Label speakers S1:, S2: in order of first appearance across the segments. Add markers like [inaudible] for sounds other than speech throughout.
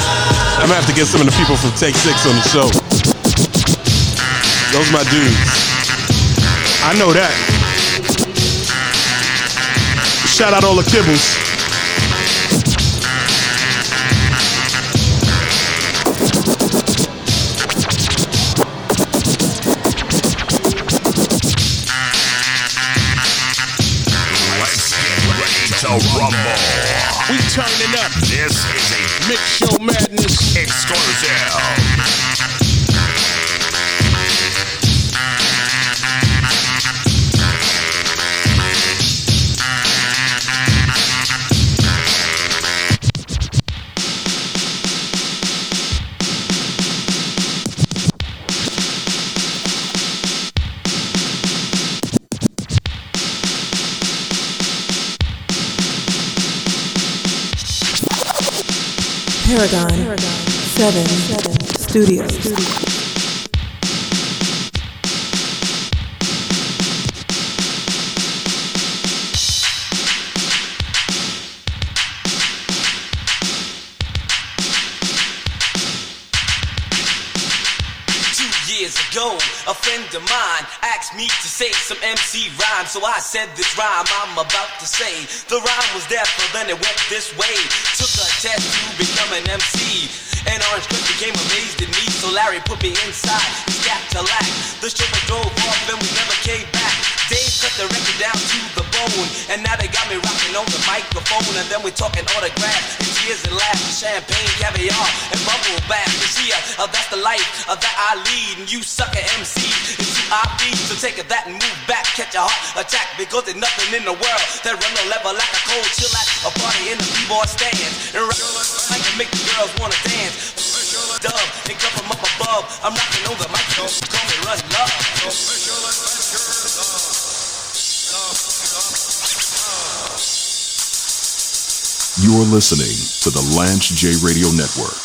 S1: I'm gonna have to get some of the people from Take Six on the show. Those my dudes. I know that. Shout out all the kibbles.
S2: Let's get ready to rumble.
S3: We turning up.
S2: This is a
S3: Mix show madness.
S2: exclusive.
S4: Paragon, Seven, Studios.
S5: Two years ago, a friend of mine asked me to say some MC rhyme. So I said this rhyme I'm about to say. The rhyme was there, but then it went this way. Took a test to become an MC. And Orange Cliff became amazed at me. So Larry put me inside his gap to lack. The show was drove off and we never came back. Dave cut the record down to the bone. And now they got me rocking on the microphone. And then we're talking autographs and tears and laughs. Champagne, caviar, and bubble bath. You see, uh, uh, that's the life uh, that I lead. And you sucker MC is who I be. So take that and move back. Catch a heart attack because there's nothing in the world that run the level like a cold chill at a party in the b-boy stands. And I can make the girls wanna dance. Dub and come from up above. I'm knocking on the mic. Don't call me run love.
S6: You're listening to the Lanch J Radio Network.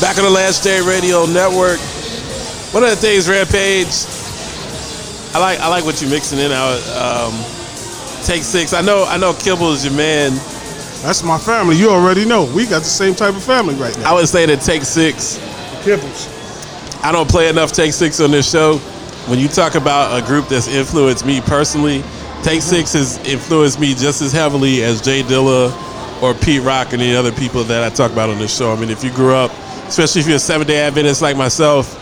S1: Back on the Last Day Radio Network. One of the things, Rampage. I like I like what you're mixing in out. Um, take six. I know I know Kibble is your man.
S3: That's my family. You already know. We got the same type of family right now.
S1: I would say that take six.
S3: Kibbles.
S1: I don't play enough take six on this show. When you talk about a group that's influenced me personally, Take Six has influenced me just as heavily as Jay Dilla or Pete Rock and the other people that I talk about on this show. I mean, if you grew up, especially if you're a Seventh Day Adventist like myself,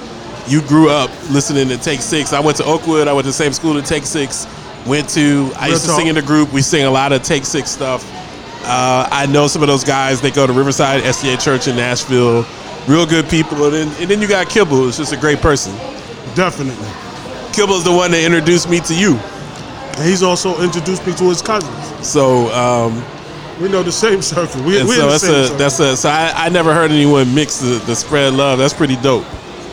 S1: you grew up listening to Take Six. I went to Oakwood. I went to the same school to Take Six. Went to. I
S3: Real
S1: used to
S3: talk.
S1: sing in the group. We sing a lot of Take Six stuff. Uh, I know some of those guys. They go to Riverside SDA Church in Nashville. Real good people. And then, and then you got Kibble. who's just a great person.
S3: Definitely.
S1: Kibble's the one that introduced me to you.
S3: And he's also introduced me to his cousins.
S1: So, um,
S3: We know the same circle. We,
S1: and
S3: we're
S1: so
S3: in the
S1: that's
S3: same
S1: a
S3: circle.
S1: that's a so I, I never heard anyone mix the, the spread love. That's pretty dope.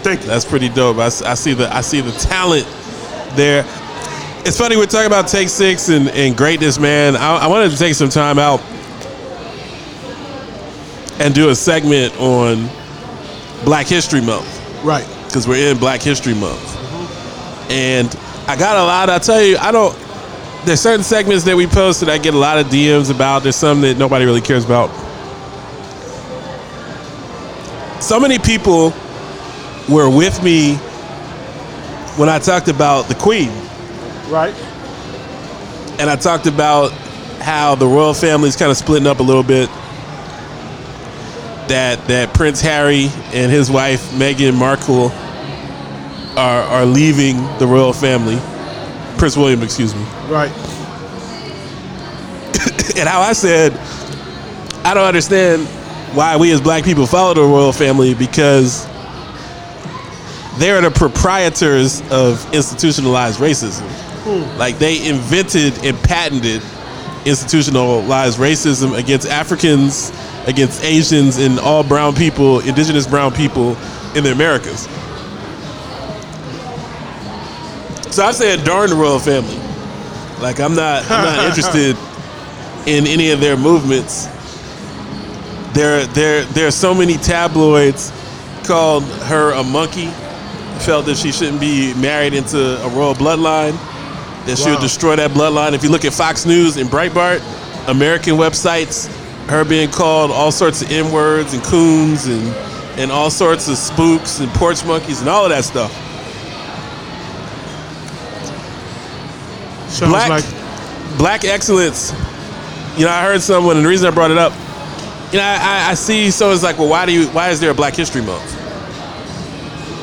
S3: Thank you.
S1: That's pretty dope. I, s- I see the I see the talent there. It's funny we're talking about Take Six and, and greatness, man. I, I wanted to take some time out and do a segment on Black History Month
S3: right.
S1: because we're in Black History Month. And I got a lot. I tell you, I don't. There's certain segments that we post that I get a lot of DMs about. There's some that nobody really cares about. So many people were with me when I talked about the Queen,
S3: Right.
S1: and I talked about how the royal family's kind of splitting up a little bit. That that Prince Harry and his wife Meghan Markle are are leaving the royal family. Prince William, excuse me. [laughs]
S3: Right.
S1: And how I said, I don't understand why we as black people follow the royal family because they're the proprietors of institutionalized racism. Like they invented and patented institutionalized racism against Africans, against Asians, and all brown people, indigenous brown people in the Americas. So I said, darn the royal family. Like I'm not, I'm not interested in any of their movements. There, there, there are so many tabloids called her a monkey, felt that she shouldn't be married into a royal bloodline, that she would
S3: Wow.
S1: destroy that bloodline. If you look at Fox News and Breitbart, American websites, her being called all sorts of N words and coons and, and all sorts of spooks and porch monkeys and all of that stuff.
S3: Sounds
S1: Black-
S3: like
S1: black excellence. You know, I heard someone, and the reason I brought it up, you know, I, I- I see so it's like, well, why do you? Why is there a Black History Month?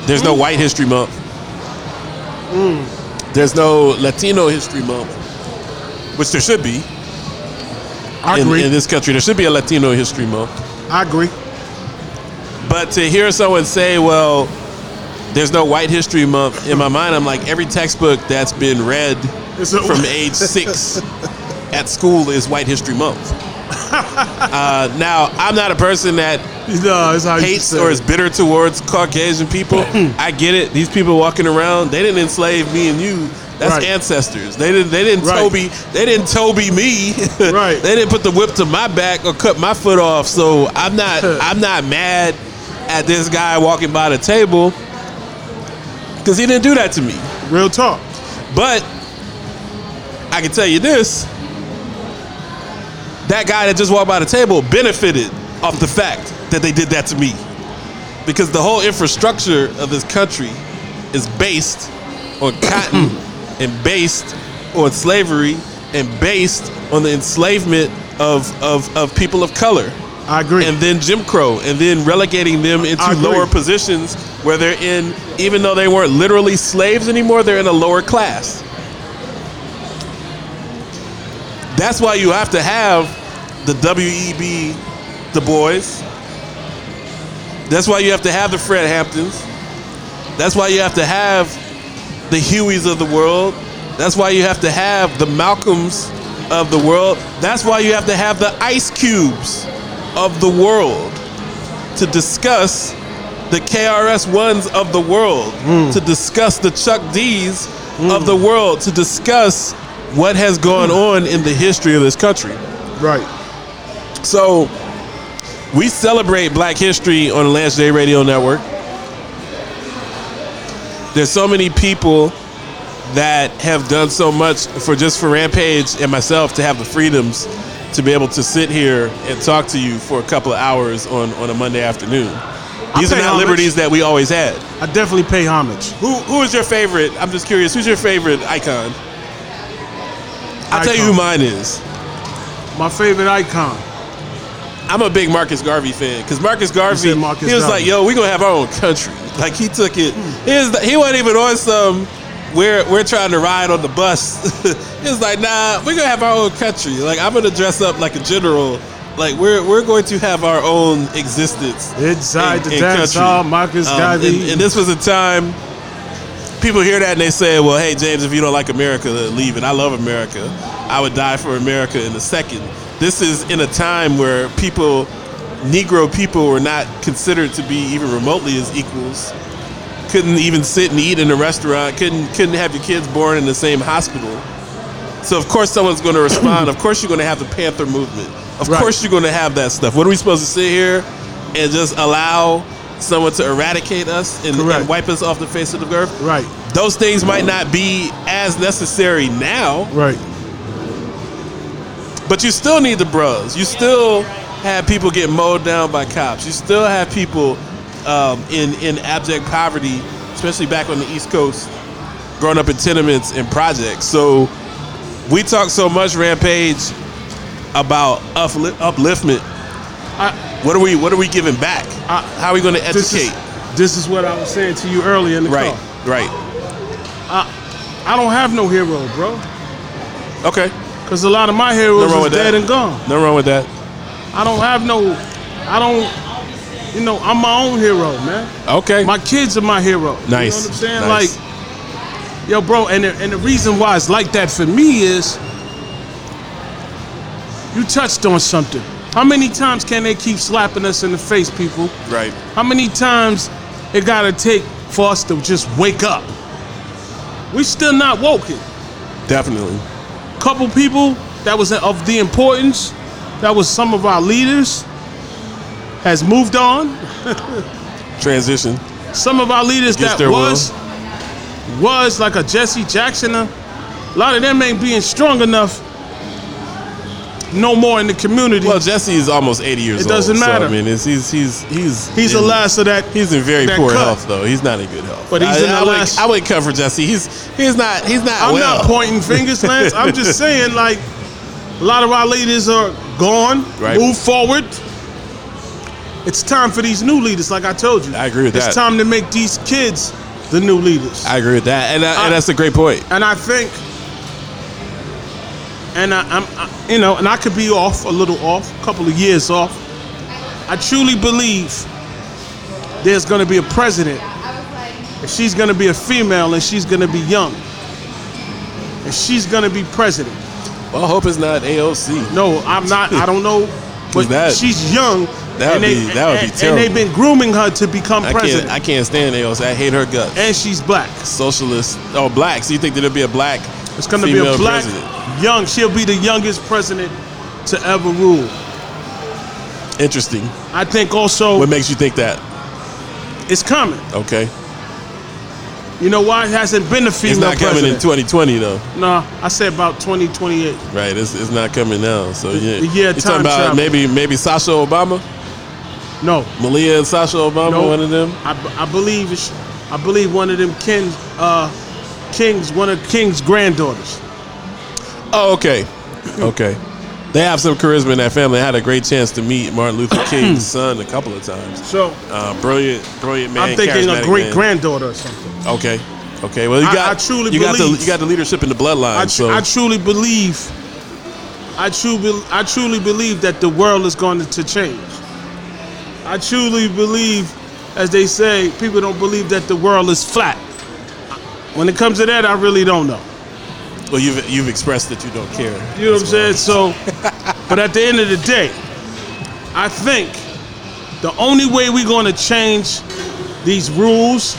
S1: There's
S3: Hmm.
S1: no White History Month. There's no Latino History Month, which there should be
S3: I
S1: in,
S3: agree.
S1: in this country. There should be a Latino History Month.
S3: I agree.
S1: But to hear someone say, well, there's no White History Month, in my mind, I'm like, every textbook that's been read
S3: It's a-
S1: from age six at school is White History
S3: [laughs]
S1: Month. Uh, now, I'm not a person that
S3: No, it's how Oh, you
S1: hates
S3: say
S1: or
S3: it.
S1: is bitter towards Caucasian
S3: [clears throat]
S1: people. I get it. These people walking around, they didn't enslave me and you. That's
S3: Right.
S1: ancestors. They didn't. They didn't
S3: Right.
S1: Toby. They didn't Toby me.
S3: [laughs] Right.
S1: they didn't put the whip to my back or cut my foot off. So I'm not. I'm not mad at this guy walking by the table because he didn't do that to me.
S3: Real talk.
S1: But I can tell you this: that guy that just walked by the table benefited off the fact that they did that to me, because the whole infrastructure of this country is based on cotton and based on slavery and based on the enslavement of of, of people of color
S3: I agree.
S1: and then Jim Crow, and then relegating them into
S3: I agree.
S1: lower positions where they're in, even though they weren't literally slaves anymore, they're in a lower class. That's why you have to have the E W.E.B. Du Bois. That's why you have to have the Fred Hamptons. That's why you have to have the Hueys of the world. That's why you have to have the Malcolms of the world. That's why you have to have the Ice Cubes of the world to discuss the KRS ones of the world, to discuss the Chuck D's of the world, to discuss what has gone on in the history of this country.
S3: right.
S1: So we celebrate Black History on the Last Day Radio Network. There's so many people that have done so much for just for Rampage and myself to have the freedoms to be able to sit here and talk to you for a couple of hours on, on a Monday afternoon. These are
S3: pay
S1: not
S3: homage.
S1: liberties that we always had.
S3: I definitely pay homage.
S1: Who who is your favorite? I'm just curious. Who's your favorite icon? I'll tell you who
S3: Icon.
S1: mine is.
S3: My favorite icon.
S1: I'm a big Marcus Garvey fan because Marcus Garvey,
S3: said Marcus
S1: he was
S3: Garvey.
S1: like, "Yo, we gonna have our own country." [laughs] Like he took it. He, was, he wasn't even on some. We're we're trying to ride on the bus. [laughs] he was like, "Nah, we're gonna have our own country. Like I'm gonna dress up like a general. Like we're we're going to have our own existence
S3: Inside the dance hall, Marcus
S1: Um,
S3: Garvey.
S1: and, and this was a time. People hear that and they say, "Well, hey James, if you don't like America, leave." And I love America. I would die for America in a second. This is in a time where people, Negro people, were not considered to be even remotely as equals. Couldn't even sit and eat in a restaurant. Couldn't couldn't have your kids born in the same hospital. So of course someone's going to respond. of course you're going to have the Panther movement. Of
S3: Right.
S1: course you're going to have that stuff. What are we supposed to sit here and just allow someone to eradicate us and,
S3: Correct.
S1: and wipe us off the face of the earth?
S3: Right.
S1: Those things might not be as necessary now,
S3: Right.
S1: but you still need the bros. You still have people get mowed down by cops. You still have people um, in in abject poverty, especially back on the East Coast, growing up in tenements and projects. So we talk so much rampage about upli- upliftment. what are we What are we giving back?
S3: I-
S1: How are we going to
S3: This
S1: educate?
S3: is, this is what I was saying to you earlier in the
S1: Right,
S3: car.
S1: right.
S3: I don't have no hero, bro.
S1: Okay,
S3: Cause a lot of my heroes
S1: nothing wrong
S3: is
S1: with
S3: dead
S1: that.
S3: and gone.
S1: Nothing wrong with that.
S3: I don't have no. I don't. You know, I'm my own hero, man.
S1: Okay,
S3: My kids are my hero.
S1: Nice.
S3: You know what I'm saying?
S1: Nice.
S3: Like, yo, bro, and the, and the reason why it's like that for me is you touched on something. How many times can they keep slapping us in the face, people?
S1: right.
S3: How many times it gotta take for us to just wake up? We still not woken.
S1: Definitely.
S3: Couple people that was of the importance, that was some of our leaders, has moved on.
S1: transition.
S3: Some of our leaders
S1: Against
S3: that
S1: their will.
S3: was was like a Jesse Jackson. uh, A lot of them ain't being strong enough. No more in the community.
S1: Well, Jesse is almost 80 years
S3: It
S1: old.
S3: doesn't
S1: so,
S3: matter.
S1: I mean, it's, he's he's he's
S3: he's the
S1: in-
S3: last of that.
S1: He's in very
S3: that
S1: poor
S3: cut.
S1: health, though. He's not in good health.
S3: But he's
S1: I,
S3: in the
S1: I would,
S3: last-
S1: I would cover Jesse. He's he's not he's not.
S3: I'm
S1: well.
S3: not pointing fingers, Lance. I'm
S1: [laughs]
S3: just saying, like, a lot of our leaders are gone.
S1: Right.
S3: Move forward. It's time for these new leaders, like I told you.
S1: I agree with
S3: it's
S1: that.
S3: It's time to make these kids the new leaders.
S1: I agree with that, and, I,
S3: I-
S1: and that's a great point.
S3: and I think, and I, I'm, I, you know, and I could be off a little off, a couple of years off. I truly believe there's going to be a president. If she's going to be a female and she's going to be young, and she's going to be president.
S1: Well, I hope it's not AOC.
S3: No, I'm not. I
S1: [laughs]
S3: don't know. But
S1: That-
S3: she's young.
S1: that would
S3: and they-
S1: be- that would be
S3: and- And they've been grooming her to become
S1: I
S3: president,
S1: can't I can't stand AOC. I hate her guts.
S3: and she's black.
S1: Socialist or black? So you think there'll be a black?
S3: It's going to be a
S1: female
S3: black,
S1: president?
S3: young. She'll be the youngest president to ever rule.
S1: Interesting.
S3: I think also
S1: What makes you think that?
S3: it's coming.
S1: Okay,
S3: You know why? It hasn't been a female
S1: it's not coming in
S3: president.
S1: 2020 though,
S3: nah, I said about 2028.
S1: right? It's, it's not coming now. So yeah,
S3: the year
S1: you talking
S3: time
S1: about
S3: travel.
S1: maybe maybe Sasha Obama,
S3: no,
S1: Malia and Sasha Obama,
S3: no.
S1: one of them.
S3: I, b- I believe it's, I believe one of them kings, uh, kings, one of king's granddaughters.
S1: Oh,
S3: [clears throat]
S1: okay. Okay. They have some charisma in that family. I had a great chance to meet Martin
S3: [clears throat]
S1: Luther King's son a couple of times.
S3: So
S1: Uh, brilliant, brilliant man.
S3: I'm thinking a
S1: charismatic
S3: great
S1: man.
S3: granddaughter or something.
S1: Okay. Okay. Well, you
S3: I-
S1: got
S3: I truly
S1: you got the
S3: believe-
S1: you got the leadership in the bloodline.
S3: I, tr-
S1: so
S3: I truly believe. I truly, I truly believe that the world is going to change. I truly believe, as they say, people don't believe that the world is flat. When it comes to that, I really don't know.
S1: well, you've you've expressed that you don't care.
S3: You know what I'm
S1: That's
S3: saying? So, but at the end of the day, I think the only way we're going to change these rules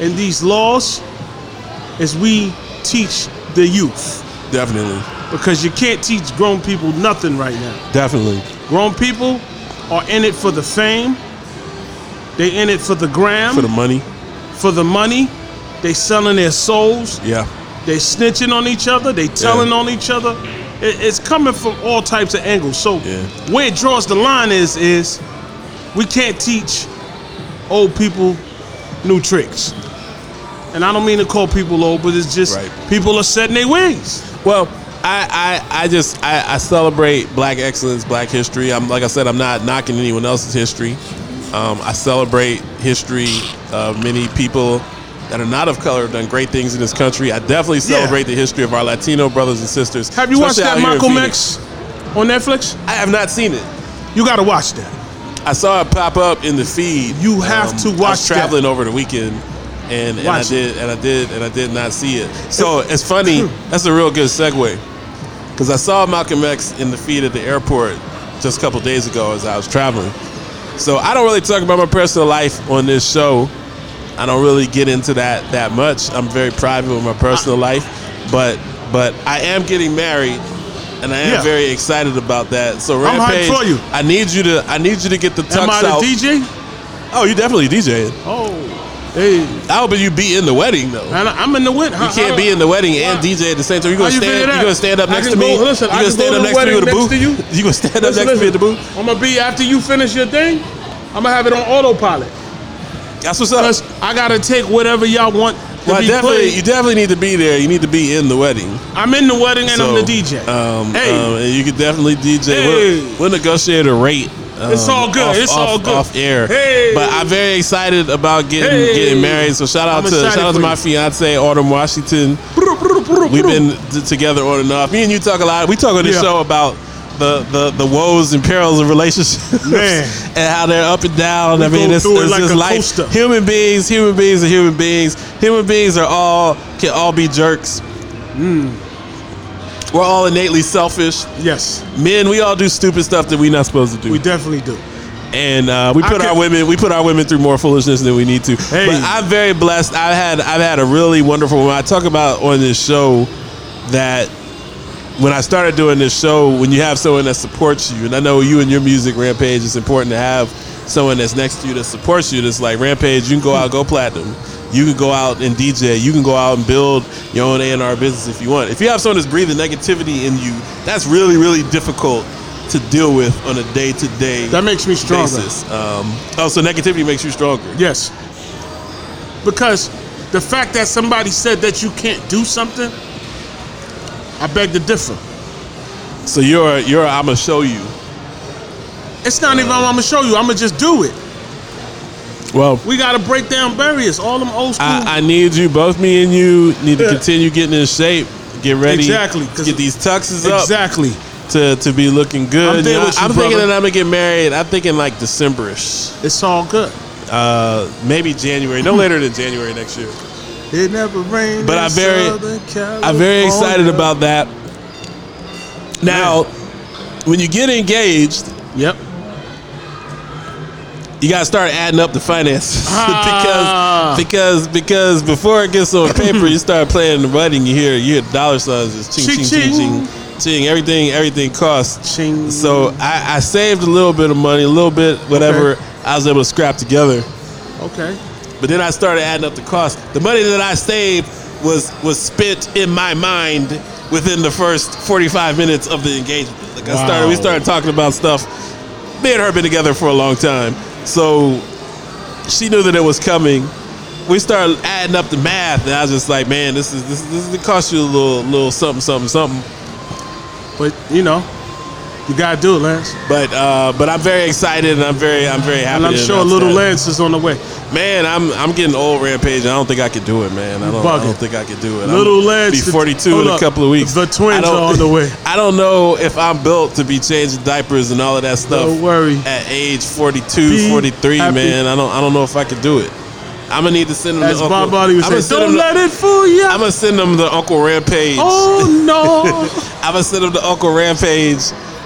S3: and these laws is we teach the youth.
S1: why. Definitely.
S3: Because you can't teach grown people nothing right now.
S1: Definitely.
S3: Grown people are in it for the fame, they in it for the gram,
S1: For the money.
S3: for the money. They selling their souls.
S1: Yeah.
S3: They snitching on each other. They telling on each other. It, it's coming from all types of angles. So
S1: Yeah.
S3: where it draws the line is is we can't teach old people new tricks. And I don't mean to call people old, but it's just
S1: Right.
S3: people are setting their ways.
S1: Well, I, I, I just I, I celebrate Black excellence, Black history. I'm like I said, I'm not knocking anyone else's history. Um, I celebrate history of many people that are not of color have done great things in this country. I definitely
S3: Yeah.
S1: celebrate the history of our Latino brothers and sisters.
S3: Have you watched that
S1: especially out here in
S3: Malcolm
S1: Phoenix.
S3: X on Netflix?
S1: I have not seen it.
S3: You gotta watch that.
S1: I saw it pop up in the feed. Um,
S3: You have to
S1: I
S3: watch
S1: was
S3: that.
S1: traveling over the weekend, and, and I
S3: Watch it.
S1: did, and I did, and I did not see it. So it's
S3: [clears throat]
S1: funny. That's a real good segue because I saw Malcolm X in the feed at the airport just a couple days ago as I was traveling. So I don't really talk about my personal life on this show. I don't really get into that that much. I'm very private with my personal
S3: Uh.
S1: life, but but I am getting married, and I am
S3: Yeah.
S1: very excited about that. So
S3: I'm hyped
S1: Rampage,
S3: for you.
S1: I need you to I need you to get the tux
S3: Am I the
S1: out.
S3: DJ?
S1: Oh, you definitely DJing.
S3: Oh, hey.
S1: I hope you be in the wedding though.
S3: And I- I'm in the win.
S1: You can't be in the wedding and DJ at the same time. You gonna
S3: How you
S1: stand?
S3: figure
S1: You
S3: that?
S1: gonna stand up
S3: I
S1: next
S3: can
S1: to me?
S3: go- listen,
S1: you
S3: I
S1: gonna
S3: can go
S1: stand
S3: to
S1: up
S3: the
S1: next to me
S3: wedding
S1: with a
S3: next
S1: booth?
S3: to you?
S1: You gonna stand up next to me at the booth?
S3: I'm gonna be after you finish your thing. I'm gonna have it on autopilot.
S1: Uh. That's what's up.
S3: Cause I gotta take whatever y'all want to
S1: Well, I
S3: be
S1: definitely, you
S3: played.
S1: definitely need to be there. You need to be in the wedding.
S3: I'm in the wedding and I'm the
S1: So,
S3: DJ.
S1: Um,
S3: hey,
S1: um, and you could definitely DJ.
S3: Hey.
S1: We'll, we'll negotiate a rate. um,
S3: It's all good.
S1: off-
S3: It's
S1: off-
S3: all good.
S1: Off air.
S3: Hey.
S1: But I'm very excited about getting
S3: Hey.
S1: getting married. So shout out
S3: I'm
S1: to
S3: excited
S1: shout out
S3: for
S1: to my
S3: you.
S1: fiance Autumn Washington. We've been t- together on and off. Me and you talk a lot. We talk on this
S3: Yeah.
S1: show about. The, the, the woes and perils of relationships
S3: Man.
S1: [laughs] and how they're up and down. I
S3: We
S1: mean,
S3: go
S1: it's,
S3: through it
S1: it's
S3: like
S1: just
S3: a
S1: life.
S3: coaster.
S1: Human beings, human beings, are human beings. Human beings are all can all be jerks.
S3: Hmm.
S1: We're all innately selfish.
S3: yes,
S1: Men, we all do stupid stuff that we're not supposed to do,
S3: we definitely do.
S1: and uh, we
S3: I
S1: put our
S3: could-
S1: women we put our women through more foolishness than we need to.
S3: Hey.
S1: But I'm very blessed. I've had I've had a really wonderful. When I talk about on this show that when I started doing this show, when you have someone that supports you, and I know you and your music rampage, it's important to have someone that's next to you that supports you that's like Rampage, you can go out, go platinum. You can go out and DJ. You can go out and build your own A&R business if you want. If you have someone that's breathing negativity in you, that's really, really difficult to deal with on a day to day
S3: That makes me stronger.
S1: basis. Um, oh, so negativity makes you stronger.
S3: Yes. Because the fact that somebody said that you can't do something, I beg to differ.
S1: So you're you're I'm gonna show you.
S3: It's not
S1: Uh.
S3: even I'm gonna show you. I'm gonna just do it.
S1: Well,
S3: We gotta break down barriers. All them old school.
S1: I, I need you, both me and you, need to continue getting in shape. Get ready.
S3: Exactly, 'cause-
S1: Get these tuxes up
S3: exactly.
S1: to, to be looking good.
S3: I'm there with you,
S1: I'm thinking
S3: brother.
S1: that I'm gonna get married. I'm thinking like Decemberish,
S3: It's all good.
S1: uh, maybe January, [laughs] no later than January next year.
S3: It never rained.
S1: But
S3: in
S1: I'm very-
S3: Southern
S1: I'm very excited
S3: California.
S1: about that. Now, when you get engaged,
S3: Yep.
S1: you gotta start adding up the finances [laughs]
S3: Ah.
S1: because because because before it gets on paper, you start playing the writing. You hear you hear dollar signs, it's ching ching ching
S3: Ching,
S1: ching ching. Everything everything costs.
S3: Ching.
S1: So I, I saved a little bit of money, a little bit whatever
S3: Okay.
S1: I was able to scrap together.
S3: Okay.
S1: But then I started adding up the cost. The money that I saved was was spent in my mind within the first 45 minutes of the engagement. Like I started, we
S3: Wow.
S1: started talking about stuff. Me and her been together for a long time, so she knew that it was coming. We started adding up the math, and I was just like, "Man, this is this is, this is gonna cost you a little little something something something."
S3: But you know, you gotta do it, Lance.
S1: But uh, but I'm very excited, and I'm very I'm very happy.
S3: And I'm
S1: to
S3: sure
S1: announce
S3: little
S1: that.
S3: Lance is on the way.
S1: Man, I'm I'm getting old rampage. and I don't think I could do it, man. I don't, I
S3: bugging.
S1: don't think I could do it.
S3: Little
S1: I'm
S3: Lance,
S1: be
S3: the-
S1: 42
S3: hold
S1: in a
S3: up.
S1: couple of weeks.
S3: The twins
S1: I don't-
S3: are on the way.
S1: [laughs] I don't know if I'm built to be changing diapers and all of that stuff.
S3: Don't worry.
S1: At age 42,
S3: Be
S1: 43,
S3: happy.
S1: man, I don't I don't know if I could do it. I'm gonna need to send him
S3: As
S1: to
S3: Bob
S1: Uncle.
S3: Marley would
S1: I'm gonna
S3: say,
S1: send
S3: don't
S1: him to-
S3: let it fool you.
S1: I'm gonna send him to Uncle Rampage.
S3: [laughs]
S1: [laughs]
S3: oh no.
S1: I'm gonna send him to Uncle Rampage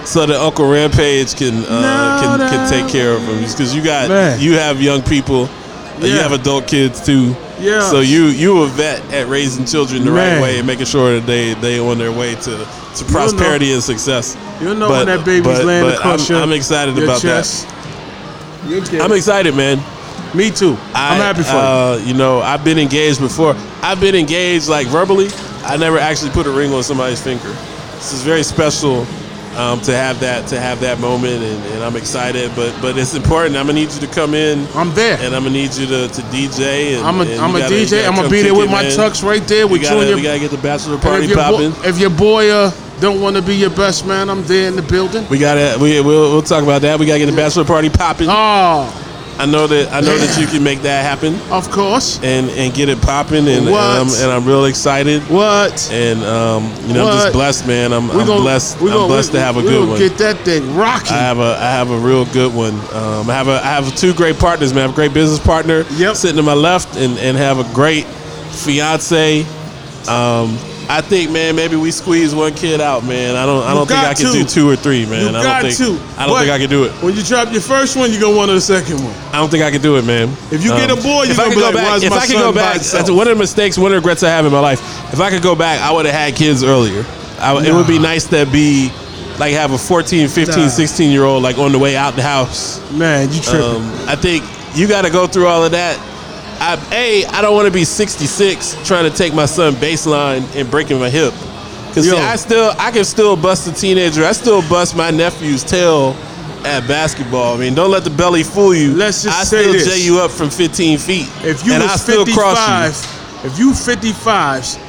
S1: so that Uncle Rampage can uh,
S3: No,
S1: can, can
S3: no.
S1: take care of him because you got
S3: Man.
S1: you have young people, and you
S3: Yeah.
S1: have adult kids too.
S3: Yeah.
S1: So you you a vet at raising children the right
S3: Man.
S1: way and making sure that they they on their way to to prosperity and success.
S3: You'll know when that baby's
S1: but-
S3: laying
S1: but
S3: across
S1: I'm,
S3: your
S1: I'm excited
S3: your
S1: about
S3: chest.
S1: that. I'm excited, man.
S3: ex- Me too.
S1: I,
S3: I, am happy for
S1: uh, you. know, I've been engaged before. I've been engaged like verbally. I never actually put a ring on somebody's finger. This is very special um, to have that to have that moment, and, and I'm excited. But but it's important. I'm gonna need you to come in,
S3: you. I'm there.
S1: and I'm gonna need you to, to DJ. And,
S3: I'm a,
S1: and you
S3: I'm a
S1: gotta- you
S3: DJ.
S1: gotta
S3: I'm gonna
S1: come
S3: be there
S1: kick
S3: with
S1: it,
S3: my
S1: man.
S3: tucks right there
S1: We
S3: with you
S1: gotta,
S3: and your.
S1: we gotta get the bachelor
S3: and if,
S1: party
S3: your bo-
S1: popping.
S3: if your boy uh, don't want to be your best man, I'm there in the building.
S1: we gotta we we'll, we'll talk about that. We gotta get the bachelor party popping.
S3: Oh,
S1: I know that I know that you can make that happen
S3: of course.
S1: and and get it popping. And, and
S3: What?
S1: I'm and I'm real excited.
S3: What?
S1: And um, you know, I'm
S3: What?
S1: just blessed, man. I'm, I'm blessed.
S3: we
S1: I'm blessed
S3: we-
S1: to have a
S3: we
S1: good
S3: gonna
S1: one.
S3: Get that thing rocking.
S1: I have a I have a real good one. Um, I have a I have two great partners, man. I have a great business partner
S3: Yep.
S1: sitting to my left, and and have a great fiance. Um, I think, man, maybe we squeeze one kid out, man. I don't I don't think
S3: got
S1: I can
S3: to.
S1: do two or three, man.
S3: You
S1: I don't
S3: got
S1: think
S3: to.
S1: I don't
S3: But
S1: think I can do it.
S3: when you drop your first one, you gonna want the second one.
S1: I don't think I can do it, man. Um,
S3: If you get a boy, you
S1: if I could
S3: gonna be
S1: go
S3: like,
S1: back,
S3: "Why is
S1: if
S3: my
S1: I could
S3: son
S1: go
S3: by
S1: back,
S3: himself?"
S1: that's one of the mistakes, one of the regrets I have in my life. If I could go back, I would have had kids earlier. I, It would be nice to be like have a 14, 15,
S3: Nah.
S1: 16 year old like on the way out the house.
S3: Man, you tripping?
S1: Um, I think you got to go through all of that. I, a, I don't want to be 66 trying to take my son baseline and breaking my hip. Cause see,
S3: Yo.
S1: I still, I can still bust a teenager. I still bust my nephew's tail at basketball. I mean, don't let the belly fool you.
S3: Let's just
S1: I
S3: say
S1: still
S3: this.
S1: jay you up from 15 feet.
S3: If you
S1: and
S3: was
S1: I still cross
S3: 55,
S1: you.
S3: if you 55s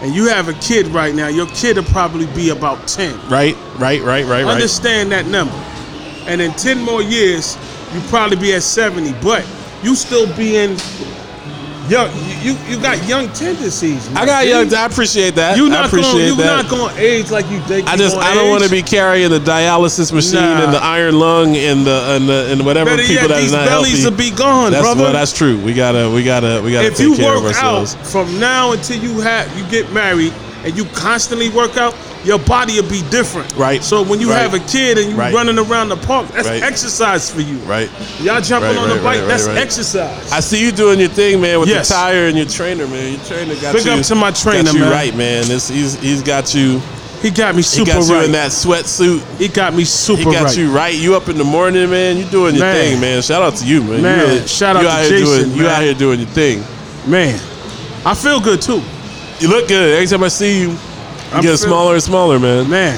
S3: and you have a kid right now, your kid will probably be about 10.
S1: Right, right, right, right, right.
S3: Understand that number. And in 10 more years, you probably be at 70, but you still being young. You, you, you got young tendencies. man.
S1: I got
S3: You-
S1: young. I appreciate that.
S3: You
S1: I
S3: not
S1: appreciate
S3: going. You
S1: that.
S3: not going to age like you think.
S1: I
S3: you
S1: just
S3: gonna
S1: I don't want to
S3: age.
S1: be carrying the dialysis machine
S3: Nah.
S1: and the iron lung and the and the and whatever
S3: Better
S1: people
S3: yet,
S1: that is
S3: these
S1: not
S3: bellies
S1: healthy.
S3: will be gone,
S1: that's
S3: brother.
S1: well, that's true. We gotta we gotta we gotta
S3: if
S1: take
S3: you
S1: care of
S3: work out
S1: ourselves.
S3: from now until you have you get married and you constantly work out, your body will be different.
S1: Right.
S3: So when you
S1: Right.
S3: have a kid and you
S1: Right.
S3: running around the park, that's
S1: Right.
S3: exercise for you.
S1: Right.
S3: Y'all jumping
S1: Right,
S3: on the
S1: right,
S3: bike,
S1: right,
S3: that's
S1: right, right.
S3: exercise.
S1: I see you doing your thing, man, with
S3: Yes.
S1: the tire and your trainer, man. Your trainer got
S3: Big
S1: you.
S3: up to my trainer,
S1: got you
S3: man.
S1: Right, man. This, he's he's got you
S3: He got
S1: He
S3: me super
S1: got you
S3: right.
S1: in that sweatsuit.
S3: He got me super
S1: He got
S3: right.
S1: you right. You up in the morning, man. You doing your
S3: Man.
S1: thing, man. Shout out to you, man. You
S3: Man, shout out
S1: you
S3: to
S1: here
S3: Jason,
S1: Doing, You
S3: man.
S1: out here doing your thing.
S3: Man, I feel good too.
S1: You look good. Every time I see you, you
S3: I'm
S1: get
S3: feeling-
S1: smaller and smaller, man.
S3: Man,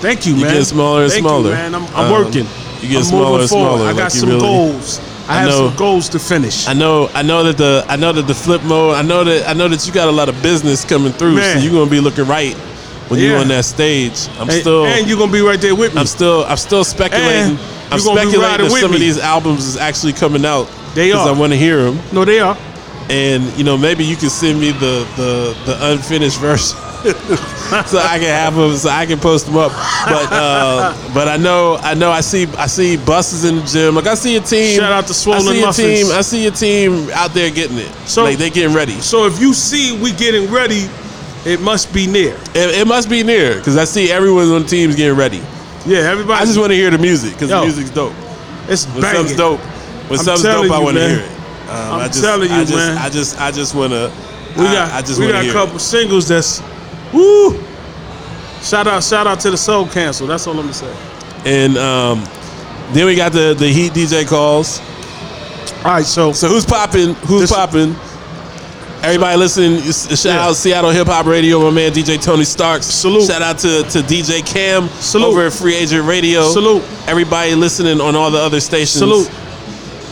S3: thank you,
S1: You
S3: man.
S1: get smaller and
S3: Thank
S1: smaller.
S3: You, man, I'm, I'm
S1: Um,
S3: working.
S1: you get
S3: I'm
S1: smaller
S3: moving
S1: and
S3: forward.
S1: smaller,
S3: I got
S1: like you
S3: some
S1: really-
S3: goals. I,
S1: I
S3: have
S1: know.
S3: some goals to finish.
S1: I know, I know that the, I know that the flip mode. I know that, I know that you got a lot of business coming through.
S3: Man.
S1: So you're gonna be looking right when you're
S3: Yeah.
S1: on that stage. I'm
S3: and,
S1: still,
S3: and you're gonna be right there with me.
S1: I'm still, I'm still speculating.
S3: And
S1: I'm
S3: you gonna be
S1: speculating
S3: riding
S1: if
S3: with
S1: some of
S3: me.
S1: these albums is actually coming out.
S3: They
S1: 'cause
S3: are.
S1: I want to hear them,
S3: no, they are.
S1: and you know, maybe you can send me the the, the unfinished version. [laughs] so I can have them, so I can post them up. But uh, but I know I know I see I see buses in the gym. Like I see a team.
S3: Shout out to Swollen
S1: I see a
S3: Muffins.
S1: team. I see a team out there getting it.
S3: So-
S1: like they getting ready.
S3: So if you see we getting ready, it must be near.
S1: It, it must be near because I see everyone on the teams getting ready.
S3: Yeah, everybody.
S1: I just want to hear the music because the
S3: Yo.
S1: music's dope.
S3: it's
S1: When
S3: banging.
S1: something's dope, when
S3: I'm
S1: something's
S3: telling
S1: dope, I
S3: you,
S1: want to
S3: man.
S1: hear it. Um,
S3: I'm
S1: I just,
S3: telling you,
S1: I just,
S3: man.
S1: I just I just want to.
S3: We got
S1: I, just
S3: we
S1: want to
S3: got a
S1: hear. it.
S3: couple singles that's woo. Shout out, shout out to the Soul Council. That's all I'm gonna say.
S1: And um, then we got the the Heat DJ calls.
S3: All right, so
S1: So who's popping? Who's
S3: This-
S1: popping? Everybody listening, s- shout
S3: Yeah.
S1: out Seattle Hip Hop Radio, my man DJ Tony Starks.
S3: Salute.
S1: Shout out to, to DJ Cam
S3: Salute.
S1: over at Free Agent Radio.
S3: Salute.
S1: Everybody listening on all the other stations.
S3: salute.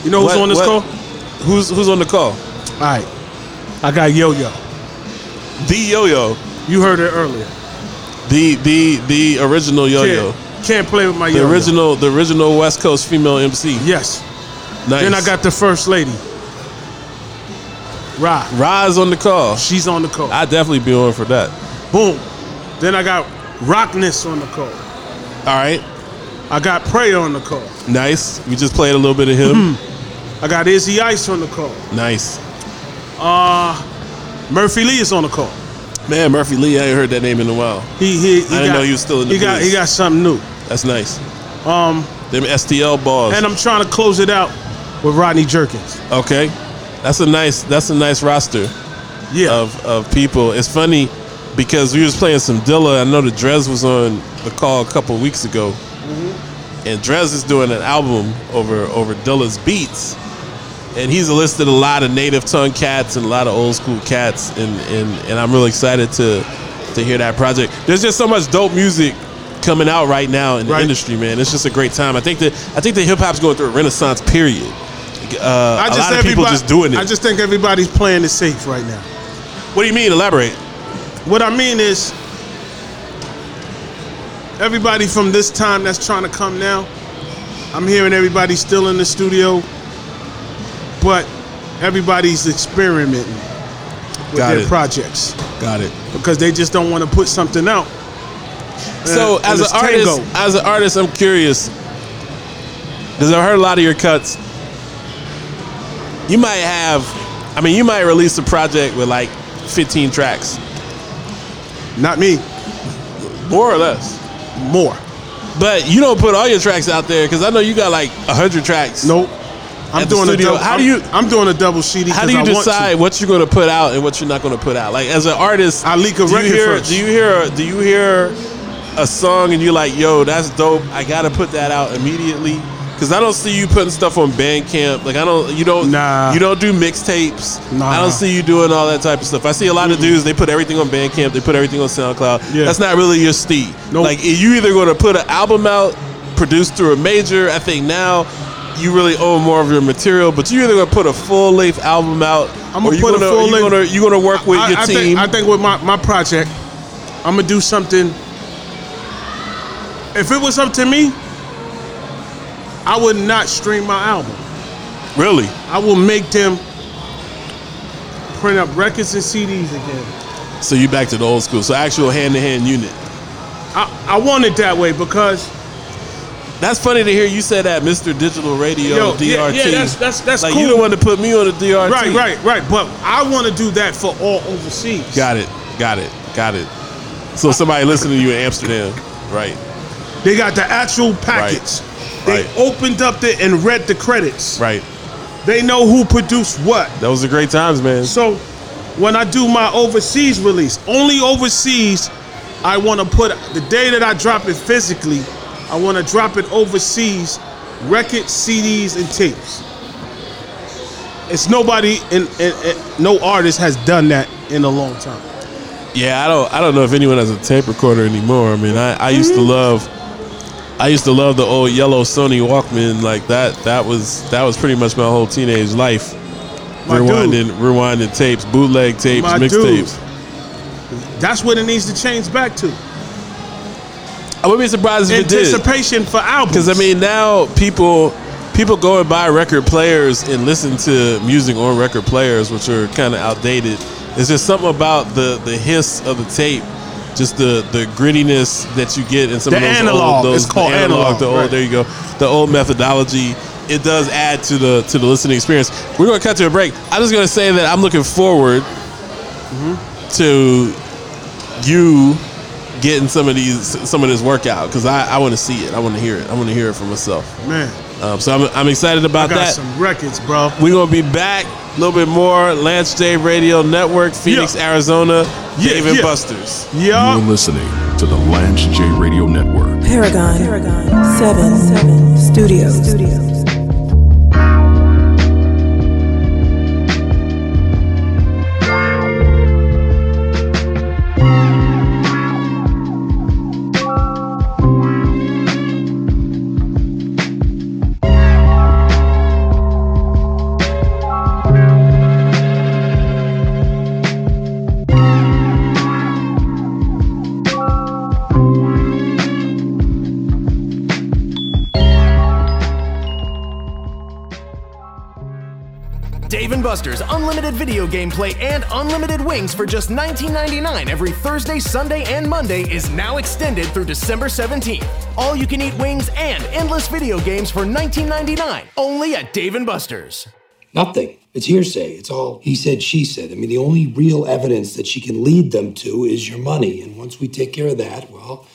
S3: You know who's
S1: What-
S3: on this
S1: what-
S3: call?
S1: Who's who's on the call?
S3: All right, I got Yo Yo.
S1: The Yo Yo,
S3: You heard it earlier.
S1: the the the original Yo Yo,
S3: Can't, can't play with my
S1: the
S3: Yo-Yo.
S1: original the original West Coast female MC.
S3: Yes.
S1: Nice.
S3: Then I got the first lady. Ra.
S1: Rise on the call.
S3: She's on the call.
S1: I definitely be on for that.
S3: Boom. Then I got Rockness on the call.
S1: All right,
S3: I got Prayer on the call.
S1: nice. We just played a little bit of him.
S3: I got Izzy Ice on the call.
S1: nice.
S3: Murphy Lee is on the call.
S1: Man, Murphy Lee, I ain't heard that name in a while.
S3: He he. he
S1: didn't know he was still in the
S3: He got
S1: biz.
S3: he got something new.
S1: That's nice.
S3: Um,
S1: Them STL balls.
S3: and I'm trying to close it out with Rodney Jerkins.
S1: okay, that's a nice that's a nice roster
S3: Yeah.
S1: of of people. It's funny because we was playing some Dilla. I know the Drez was on the call a couple weeks ago, and Drez is doing an album over over Dilla's beats, and he's listed a lot of native tongue cats and a lot of old school cats, and and and I'm really excited to to hear that project. There's just so much dope music coming out right now in the
S3: Right.
S1: industry, man. It's just a great time. I think that I think that hip hop's going through a renaissance period. Uh, a lot of people
S3: everybody-
S1: just doing it.
S3: I just think everybody's playing it safe right now.
S1: what do you mean? Elaborate.
S3: What I mean is, everybody from this time that's trying to come now, I'm hearing everybody's still in the studio, but everybody's experimenting with
S1: Got
S3: their
S1: it.
S3: projects
S1: Got it.
S3: because they just don't want to put something out.
S1: So
S3: Uh, and
S1: as
S3: it's
S1: an artist,
S3: tango.
S1: as an artist, I'm curious because I've heard a lot of your cuts. You might have, I mean, you might release a project with like 15 tracks,
S3: not me,
S1: more or less.
S3: more.
S1: But you don't put all your tracks out there because I know you got like 100 tracks.
S3: Nope. I'm
S1: At the
S3: doing
S1: studio,
S3: a double,
S1: how
S3: I'm,
S1: do you-
S3: I'm doing a double CD.
S1: How
S3: 'cause
S1: do you
S3: I want to.
S1: decide what you're going to put out and what you're not going to put out? Like as an artist,
S3: I leak a
S1: do you
S3: record
S1: hear,
S3: first.
S1: Do you hear? Do you hear a song and you're like, "Yo, that's dope. I got to put that out immediately." Because I don't see you putting stuff on Bandcamp. Like I don't. You don't.
S3: Nah.
S1: You don't do mixtapes.
S3: Nah.
S1: I don't see you doing all that type of stuff. I see a lot of dudes. They put everything on Bandcamp. They put everything on SoundCloud.
S3: Yeah.
S1: That's not really your steed.
S3: Nope.
S1: Like you either going to put an album out, produced through a major. I think now you really own more of your material, but you either going to put a full length album out,
S3: I'ma
S1: or you
S3: put a
S1: gonna,
S3: full
S1: you
S3: length-
S1: gonna you gonna work with
S3: I,
S1: your
S3: I
S1: team.
S3: Think, I think with my, my project, I'm gonna do something. If it was up to me, I would not stream my album.
S1: really,
S3: I will make them print up records and CDs again.
S1: so you back to the old school. So actual hand to hand unit.
S3: I, I want it that way because
S1: That's funny to hear you say that, Mr. Digital Radio
S3: Yo,
S1: DRT.
S3: yeah, yeah, that's- that's- that's
S1: like you
S3: cool.
S1: don't want to put me on the DRT.
S3: right, right, right. But I want to do that for all overseas.
S1: Got it, got it, got it. So somebody listening to you in Amsterdam, right?
S3: They got the actual packets. They
S1: Right.
S3: opened up the and read the credits.
S1: Right.
S3: They know who produced what.
S1: That was the great times, man.
S3: So when I do my overseas release, only overseas I want to put the day that I drop it physically, I want to drop it overseas, record CDs and tapes. It's nobody and no artist has done that in a long time.
S1: Yeah, I don't I don't know if anyone has a tape recorder anymore. I mean, I, I used
S3: Mm-hmm.
S1: to love I used to love the old yellow Sony Walkman like that. That was that was pretty much my whole teenage life.
S3: My dude.
S1: rewinding rewinding tapes, bootleg tapes,
S3: My dude.
S1: mixtapes.
S3: That's what it needs to change back to.
S1: I wouldn't be surprised if it did.
S3: Anticipation for albums.
S1: Because I mean, now people people go and buy record players and listen to music on record players, which are kind of outdated. It's just something about the the hiss of the tape, just the the grittiness that you get in some
S3: The
S1: of those
S3: analog.
S1: old. Those,
S3: It's called
S1: the
S3: analog,
S1: The old,
S3: right.
S1: there you go. The old methodology. It does add to the to the listening experience. We're going to cut to a break. I'm just going to say that I'm looking forward to you getting some of these some of this workout because I, I want to see it. I want to hear it. I want to hear it for myself.
S3: man,
S1: Um, so I'm, I'm excited
S3: I
S1: about
S3: got
S1: that.
S3: some records, bro.
S1: We're gonna be back a little bit more. Lance J Radio Network, Phoenix, Arizona,
S3: Yeah,
S1: Dave and
S3: yeah.
S1: Buster's.
S3: Yeah.
S6: You're listening to the Lanch J Radio Network.
S4: Paragon, Paragon, Seven, Seven Studios. Studios.
S7: Dave and Buster's unlimited video gameplay and unlimited wings for just $19.99 every Thursday, Sunday, and Monday is now extended through December 17th. All you can eat wings and endless video games for $19.99 only at Dave and Buster's.
S8: Nothing. It's hearsay. It's all he said, she said. I mean, the only real evidence that she can lead them to is your money. And once we take care of that, well,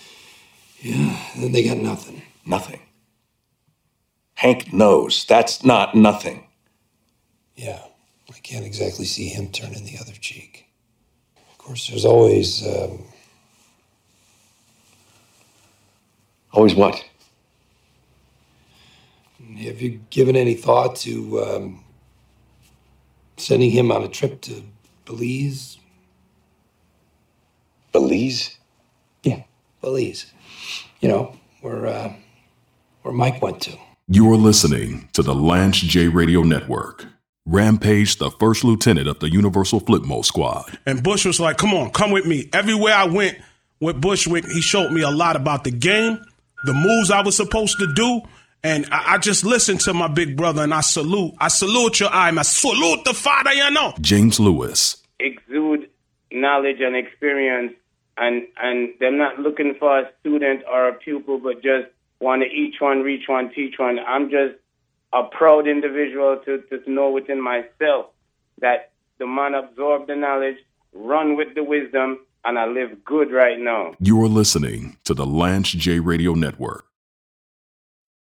S8: yeah, then they got nothing.
S9: Nothing. Hank knows that's not nothing.
S8: Yeah, I can't exactly see him turning the other cheek. Of course, there's always, um,
S9: Always what?
S8: have you given any thought to um, sending him on a trip to Belize?
S9: Belize?
S8: Yeah, Belize. You know, where, uh, where Mike went to.
S6: You're listening to the Lanch J Radio Network. Rampage, the first lieutenant of the Universal Flipmo Squad.
S3: And Bush was like, come on, come with me. Everywhere I went with Bushwick, he showed me a lot about the game, the moves I was supposed to do. And I, I just listened to my big brother and I salute. I salute your eye. I salute the father you know.
S6: James Lewis.
S10: exude knowledge and experience and and they're not looking for a student or a pupil but just want to each one reach one teach one i'm just a proud individual to, to know within myself that the man absorb the knowledge run with the wisdom and i live good right now
S6: You're listening to the Lanch J Radio Network.